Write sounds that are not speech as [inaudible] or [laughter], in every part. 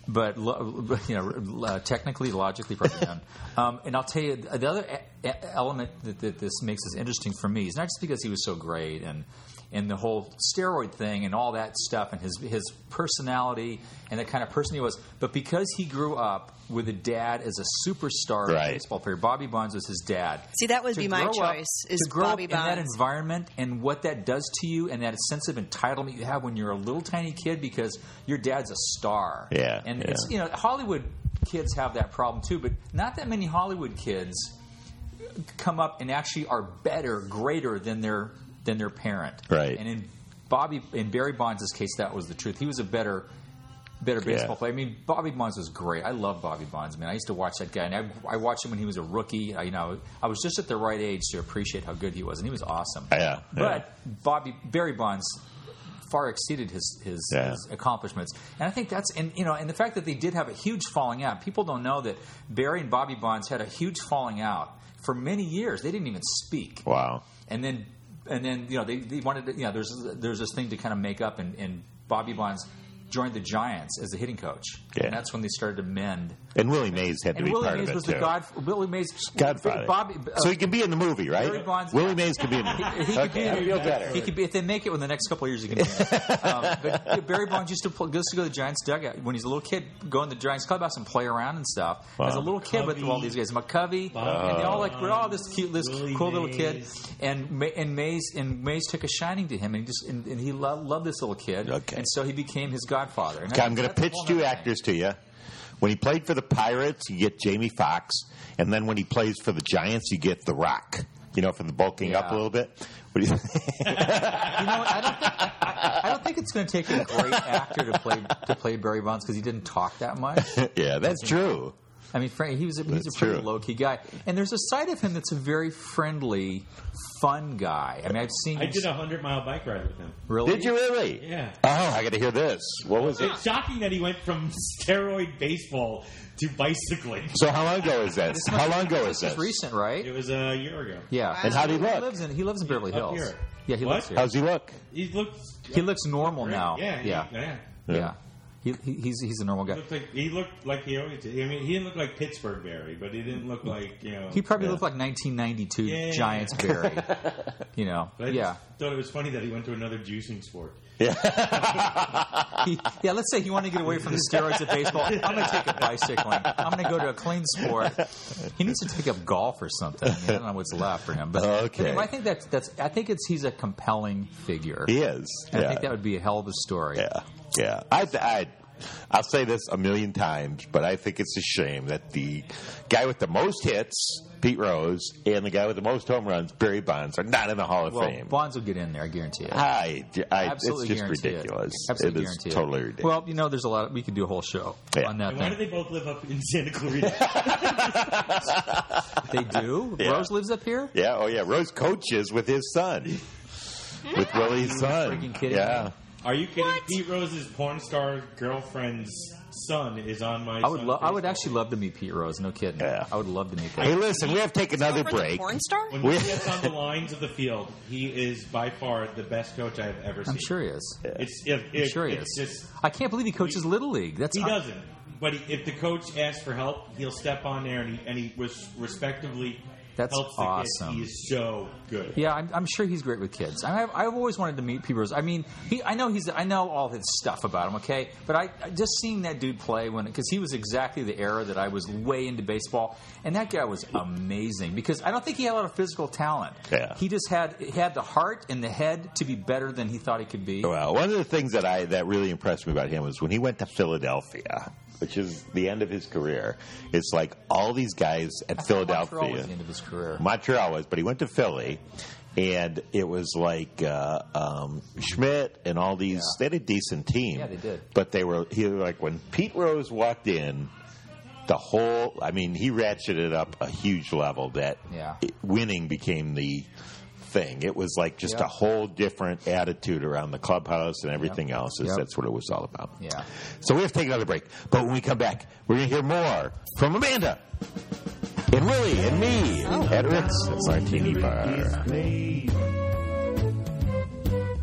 but lo- you know, uh, technically, logically, probably not. Um, and I'll tell you the other e- e- element that, that this makes is interesting for me is not just because he was so great and and the whole steroid thing and all that stuff and his his personality and the kind of person he was, but because he grew up with a dad as a superstar Right. baseball player. Bobby Bonds was his dad See, that would to be my grow up- choice. Is to grow Bobby up in that Bonds? environment and what that does to you and that sense of entitlement you have when you're a little tiny kid because your dad's a star. Yeah, and yeah. it's you know Hollywood kids have that problem too, but not that many Hollywood kids come up and actually are better, greater than their than their parent. Right. And in Bobby in Barry Bonds' case, that was the truth. He was a better better baseball player. I mean, Bobby Bonds was great. I love Bobby Bonds, man. I used to watch that guy, and I, I watched him when he was a rookie. I, you know, I was just at the right age to appreciate how good he was, and he was awesome. Yeah, yeah. But Bobby Barry Bonds far exceeded his his, Yeah. his accomplishments, and I think that's and you know, and the fact that they did have a huge falling out. People don't know that Barry and Bobby Bonds had a huge falling out for many years. They didn't even speak Wow. and then and then you know they, they wanted to, you know there's there's this thing to kind of make up and, and Bobby Bonds joined the Giants as the hitting coach Yeah. and that's when they started to mend And Willie Mays had to and be Willie part Mays of it was too. the god Willie Mays Godfather. Bobby uh, so he can be in the movie, right? Barry Bonds- Willie Mays could [laughs] be in the movie. he could okay, be- I feel better. He could be if they make it in the next couple of years. He can be. in. um, [laughs] but Barry Bonds used to pl- goes to go to the Giants dugout when he's a little kid, go in the Giants clubhouse and play around and stuff. Wow. As a little kid with McCovey. all these guys, McCovey, and they all like we're all this cute, this Willie cool little kid, Mays. and Ma- and Mays and Mays took a shining to him, and he just and, and he lo- loved this little kid, Okay. and so he became his godfather. And Okay, I- I'm going to that's a pitch whole two nother thing. actors to you. When he played for the Pirates, you get Jamie Foxx, and then when he plays for the Giants, you get The Rock. You know, for the bulking up Yeah. a little bit. What [laughs] do you think? You know, what? I don't think I, I don't think it's going to take a great actor to play to play Barry Bonds because he didn't talk that much. [laughs] yeah, that's true. I mean, Frank, he was a, he's That's a pretty true. low key guy, and there's a side of him that's a very friendly, fun guy. I mean, I've seen. I did a hundred mile bike ride with him. really. Did you really? Yeah. Oh, I got to hear this. What was it? It's shocking that he went from steroid baseball to bicycling. So how long ago is this? How long ago is This this? is recent, It right? was a year ago. Yeah. And how do you He look? lives in he lives in Beverly Up Hills. here. Yeah, he What? lives here. How's he look? He looks. He looks normal now. Yeah. Yeah. Yeah. Yeah. He, he, he's he's a normal guy. Looked like, he looked like he always did. I mean, he didn't look like Pittsburgh Barry, but he didn't look like, you know. He probably Yeah. looked like 1992 Yeah. Giants Barry. you know, [laughs] but I yeah. just thought it was funny that he went to another juicing sport. He- [laughs] yeah, let's say you want to get away from the steroids of baseball. I'm going to take up bicycling. I'm going to go to a clean sport. He needs to take up golf or something. I, mean, I don't know what's left for him. But Okay. anyway, I think that's that's. I think it's he's a compelling figure. He is. And I yeah. think that would be a hell of a story. Yeah, yeah. I, I, I'll say this a million times, but I think it's a shame that the guy with the most hits, Pete Rose, and the guy with the most home runs, Barry Bonds, are not in the Hall of Well, Fame. Bonds will get in there, I guarantee it. I, I, Absolutely it's just guarantee ridiculous. It, Absolutely It is guarantee it. totally ridiculous. Well, you know, there's a lot. we could do a whole show Yeah. on that And why do thing. they both live up in [laughs] Santa Clarita? They, do. [laughs] Yeah. Rose lives up here. yeah, oh yeah. Rose coaches with his son, with Willie's son. freaking kidding yeah. me? Are you kidding? Pete Rose's porn star girlfriend's son is on my. I would. son's Lo- I would baseball. actually love to meet Pete Rose. No kidding. Yeah. I would love to meet Hey, that. listen, we have to take another Over the break. Porn star? When We- he [laughs] gets on the lines of the field, he is by far the best coach I've ever seen. I'm sure he is. It's it, I'm it- sure he it's is. just I can't believe he coaches little league. That's he doesn't. But he, if the coach asks for help, he'll step on there and he and he res- respectively That's helps the awesome. kids. He is so good. Yeah, I'm, I'm sure he's great with kids. I mean, I've, I've always wanted to meet Pete Rose. I mean, he, I know he's, I know all his stuff about him. Okay, but I I just seeing that dude play when because he was exactly the era that I was way into baseball, and that guy was amazing because I don't think he had a lot of physical talent. Yeah. he just had he had the heart and the head to be better than he thought he could be. Well, one of the things that I that really impressed me about him was when he went to Philadelphia, which is the end of his career. It's like all these guys at Philadelphia, Montreal was the end of his career. Montreal was, but he went to Philly, and it was like uh, um, Schmidt and all these. They had a decent team. Yeah, they did. But they were he was like when Pete Rose walked in. The whole, I mean, he ratcheted up a huge level that Yeah. it- winning became the thing. It was like just Yeah. a whole different attitude around the clubhouse and everything else. Is Yep. That's what it was all about. Yeah. So we have to take another break. But when we come back, we're going to hear more from Amanda and Willie and me Oh, at Rick's Martini Bar. made.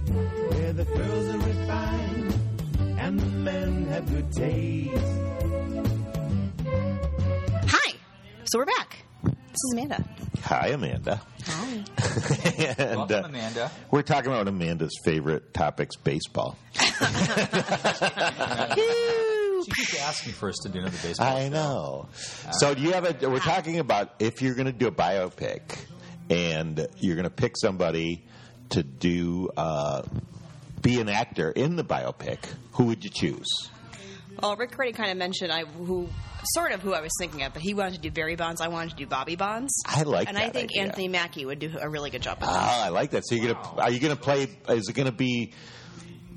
Where the girls are refined and the men have good taste. Hi. So we're back. This is Amanda. Hi, Amanda. [laughs] Hi. and Welcome, uh, Amanda. we're talking about Amanda's favorite topics, baseball. [laughs] She keeps asking for us to do another baseball. I know. So do you have a? We're talking about if you're going to do a biopic, and you're going to pick somebody to do uh, be an actor in the biopic. Who would you choose? [laughs] Well, Rick already kind of mentioned I who sort of who I was thinking of, but he wanted to do Barry Bonds. I wanted to do Bobby Bonds. I like and I that think idea. Anthony Mackie would do a really good job. With that. Ah, I like that. So you're gonna are you gonna play? Is it gonna be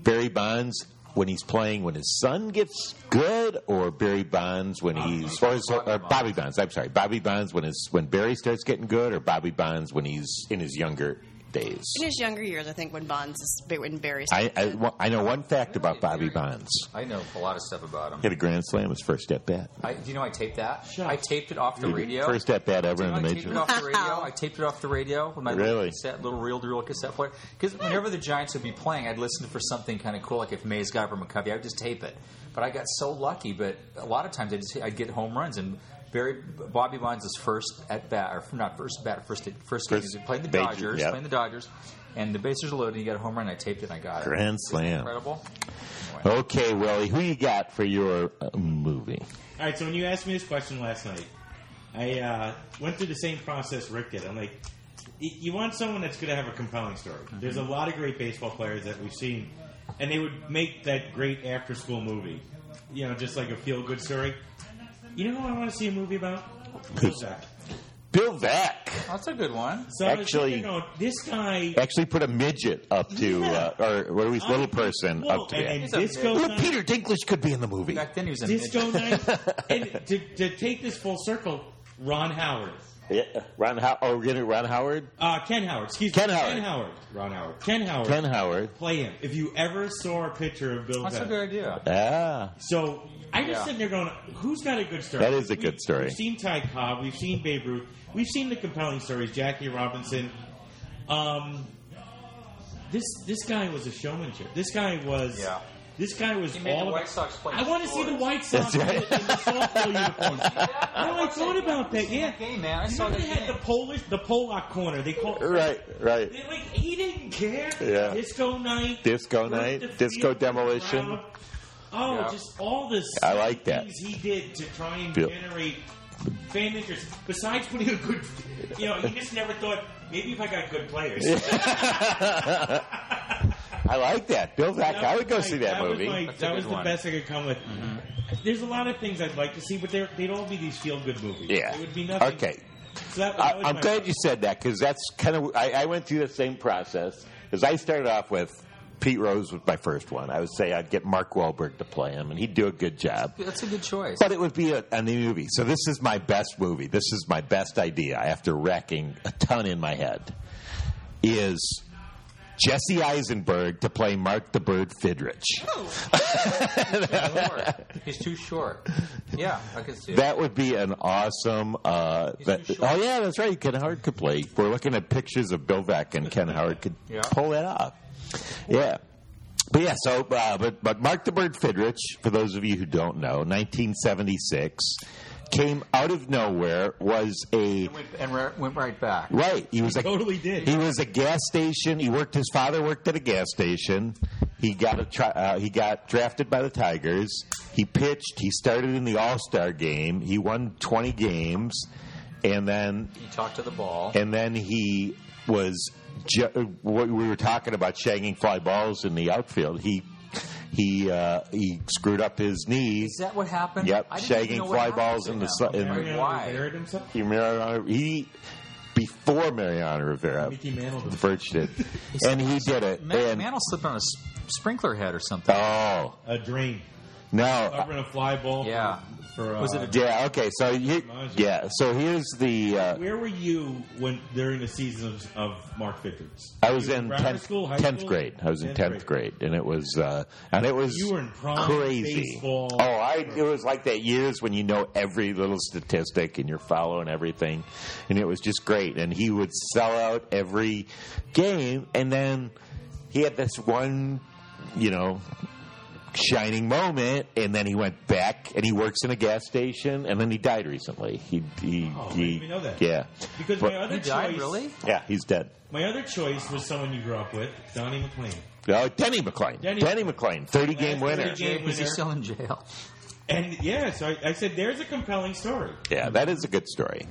Barry Bonds? When he's playing, when his son gets good, or Barry Bonds when he's or, his- or Bobby Bonds. I'm sorry, Bobby Bonds when his when Barry starts getting good, or Bobby Bonds when he's in his younger days. In his younger years, I think when Bonds is when Barry's I, I, well, I know one fact about Bobby Bonds. I know a lot of stuff about him. He had a grand slam his first at bat. I, do you know I taped that? I taped it off the radio. First at bat ever You in know, the I taped major. it off the radio. I taped it off the radio with my little Really? cassette, little reel to reel cassette player. Because whenever the Giants would be playing, I'd listen for something kind of cool, like if Mays got up or McCovey, I would just tape it. But I got so lucky. But a lot of times, I just I'd get home runs and. Barry Bobby Bonds' first at bat, or not first bat, first first, game. First He played the major, Dodgers, yeah. playing the Dodgers, and the bases were loaded. He got a home run. and I taped it. and I got it. Grand slam. Incredible. Okay, Willie, who you got for your uh, movie? All right. So when you asked me this question last night, I uh, went through the same process Rick did. I'm like, y- you want someone that's going to have a compelling story. Mm-hmm. There's a lot of great baseball players that we've seen, and they would make that great after school movie. You know, just like a feel good story. You know who I want to see a movie about? Kozak. Bill Vack That's a good one. So I was Actually- thinking, oh, this guy actually put a midget up to, uh, or what are we, little person Well, up to and, that. and disco He's Little night, Peter Dinklage could be in the movie. Back then he was a midget. disco night, [laughs] and to, to take this full circle, Ron Howard, Yeah, Ron How- oh, we're gonna Ron Howard? uh, Ken Howard, excuse Ken me, Howard. Ken Howard, Ron Howard, Ken Howard, Ken Howard. play him. If you ever saw a picture of Bill, That's a Beck. good idea. Ah, so I just Yeah. sitting there going, who's got a good story? That is a good story. We've seen Ty Cobb, we've seen Babe Ruth, we've seen the compelling stories, Jackie Robinson. Um, this this guy was a showmanship. This guy was Yeah. This guy was He made all the White about- Sox play. I want to see the Florida. White Sox That's right. in the [laughs] softball uniforms. I Oh, I thought about that. Yeah, game, man. I saw Remember that they had game. the Polish, the Polak corner. They called. Right, right. They- Like he didn't care. Yeah. Disco night. Disco worked the night, field, disco the demolition. crowd. Oh, Yeah. just all the I like that. things he did to try and Bill. generate fan interest. Besides putting a good, you know, he just never thought maybe if I got good players. I like that. Bill Zach, That I was would go my- see that, was movie. my- That's a that good was the one. Mm-hmm. best I could come with. There's a lot of things I'd like to see, but they're- they'd all be these feel good movies. yeah. It would be nothing. Okay. So that, I, that was I'm my- glad you said that because that's kind of I, I went through the same process because I started off with Pete Rose was my first one. I would say I'd get Mark Wahlberg to play him, and he'd do a good job. That's a good choice. But it would be a, a new movie. So this is my best movie. This is my best idea after racking a ton in my head. Is Jesse Eisenberg to play Mark the Bird Fidrich? [laughs] Short. He's too short. Yeah, I can see it. That would be an awesome. Uh, He's that, too short. oh yeah, that's right. Ken Howard could play. We're looking at pictures of Bill Beck and Ken Howard could [laughs] Yeah. pull that off. Yeah. But yeah, so uh, but but Mark the Bird Fidrich, for those of you who don't know, 1976 came out of nowhere was a And went- and re- went right back. right. He was a Totally did. he was a gas station. He worked. His father worked at a gas station. He got a tri- uh, he got drafted by the Tigers. He pitched. He started in the All Star game. He won twenty games, and then He talked to the ball. and then he was ju- uh, what we were talking about shagging fly balls in the outfield. He he uh, he screwed up his knee. Is that what happened? Yep, I didn't even shagging know what fly happened balls to in the that. sl- in- Like, Mariano Why? buried himself. He, he before Mariano Rivera Mickey Mantle did. Birch did, and he did it. Man, and- Mantle slipped on a s- sprinkler head or something. Oh A dream. no! Covering a fly ball. Yeah. For, uh, Was it a- Yeah. Okay. So you, yeah. So here's the. Uh, Where were you when during the seasons of Mark Vickers? I was You were in grammar tenth school, high tenth school? grade. I was in tenth grade, and it was uh, and it was You were in prime crazy. baseball. Oh, I it was like that years when you know every little statistic and you're following everything, and it was just great. And he would sell out every game, and then he had this one, you know, shining moment, and then he went back and he works in a gas station, and then he died recently. He he, Oh, I he didn't even know that. yeah Because But- my other He died, choice, really? yeah he's dead. my other choice was someone you grew up with, Donnie McLean. Oh, Denny McLean. Denny, Denny- McLean, 30 game Last 30 winner. game Was he winner. still in jail? And yeah, so I, I said there's a compelling story. Yeah, that is a good story.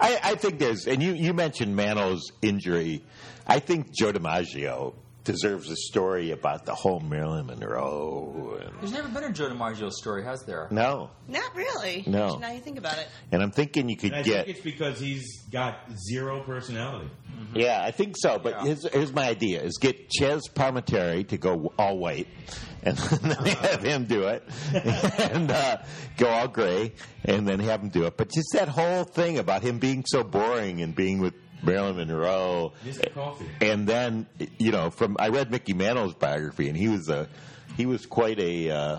I, I think there's, and you, you mentioned Mano's injury. I think Joe DiMaggio deserves a story about the whole Marilyn Monroe. And, There's never been a Joe DiMaggio story, has [laughs] there? no, Not really. No. Now you think about it. and I'm thinking you could And I get. think it's because he's got zero personality. Yeah, I think so. But Mm-hmm. Yeah. here's, here's my idea: is get Ches Palmateri to go all white, and [laughs] then have him do [laughs] it, and uh, go all gray, and then have him do it. But just that whole thing about him being so boring and being with Marilyn Monroe, Mr. Coffee. and then you know, from I read Mickey Mantle's biography, and he was a he was quite a uh,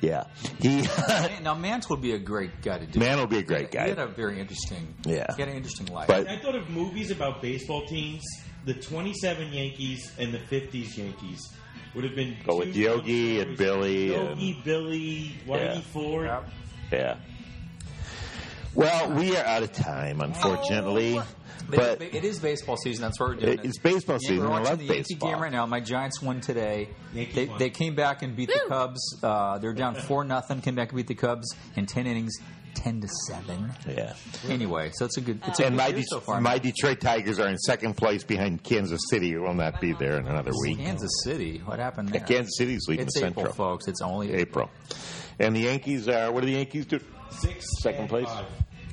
yeah he. [laughs] Man- Now, Mantle would be a great guy to do. Mantle would be a great He had guy, a very interesting. Yeah. He had an interesting life. but I thought of movies about baseball teams. The 27 Yankees and the 50s Yankees would have been. Go with two Yogi and stories. Billy Yogi, Billy, Whitey Yeah. Ford. Yep. Yeah. Well, we are out of time, unfortunately. Oh. but it is baseball season. That's what we're doing. It- it's baseball Yeah, season. We're I watching love the Yankee baseball. game right now. My Giants won today. Yankees They, won. they came back and beat the Woo! Cubs. Uh, they're down four nothing. Came back and beat the Cubs in ten innings, ten to seven. yeah, Anyway, so it's a good. It's a and good my year De- so far. my Detroit Tigers are in second place behind Kansas City. who will not be there in another week. Kansas City. What happened there? Kansas City's leading it's the April, Central. folks. It's only April. April. And the Yankees are. What do the Yankees do? Six. Second and place. five.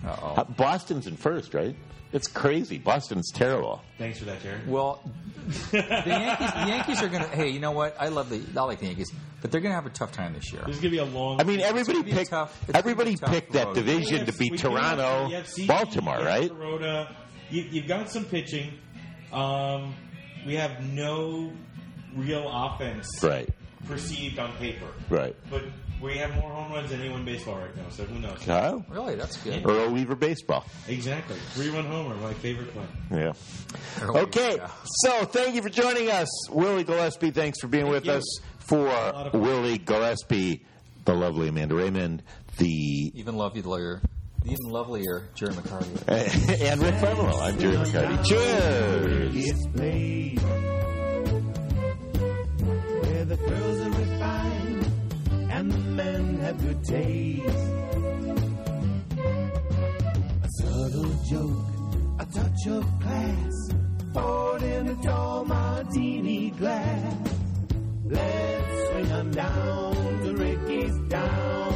Oh. Uh, Boston's in first, right? It's crazy. Boston's terrible. Thanks for that, Jerry. Well, the Yankees. The Yankees are going to. Hey, you know what? I love the. I like the Yankees, but they're going to have a tough time this year. This is going to be a long. I mean, everybody gonna be a picked tough- it's gonna be a everybody tough picked that road. division to We be do Toronto, have the FCE, Baltimore, we have right? Corona. You, you've got some pitching. Um, we have no real offense Right, perceived on paper, right. but we have more home runs than anyone in baseball right now. So who knows? Kyle? Really, that's good. Earl Weaver baseball. Exactly, three-run homer, my favorite play. Yeah. Okay, Yeah. so thank you for joining us. Willie Gillespie, thanks for being with you. us. for of fun. Willie Gillespie, the lovely Amanda Raymond, the [laughs] Even lovelier, even lovelier Jerry McCarthy. and Rick Farmwell. I'm Jerry McCarty. Cheers. It's played where the girls are refined and the men have good taste. A subtle joke, a touch of class, poured in a tall martini glass. Let's swing 'em down to Ricky's down.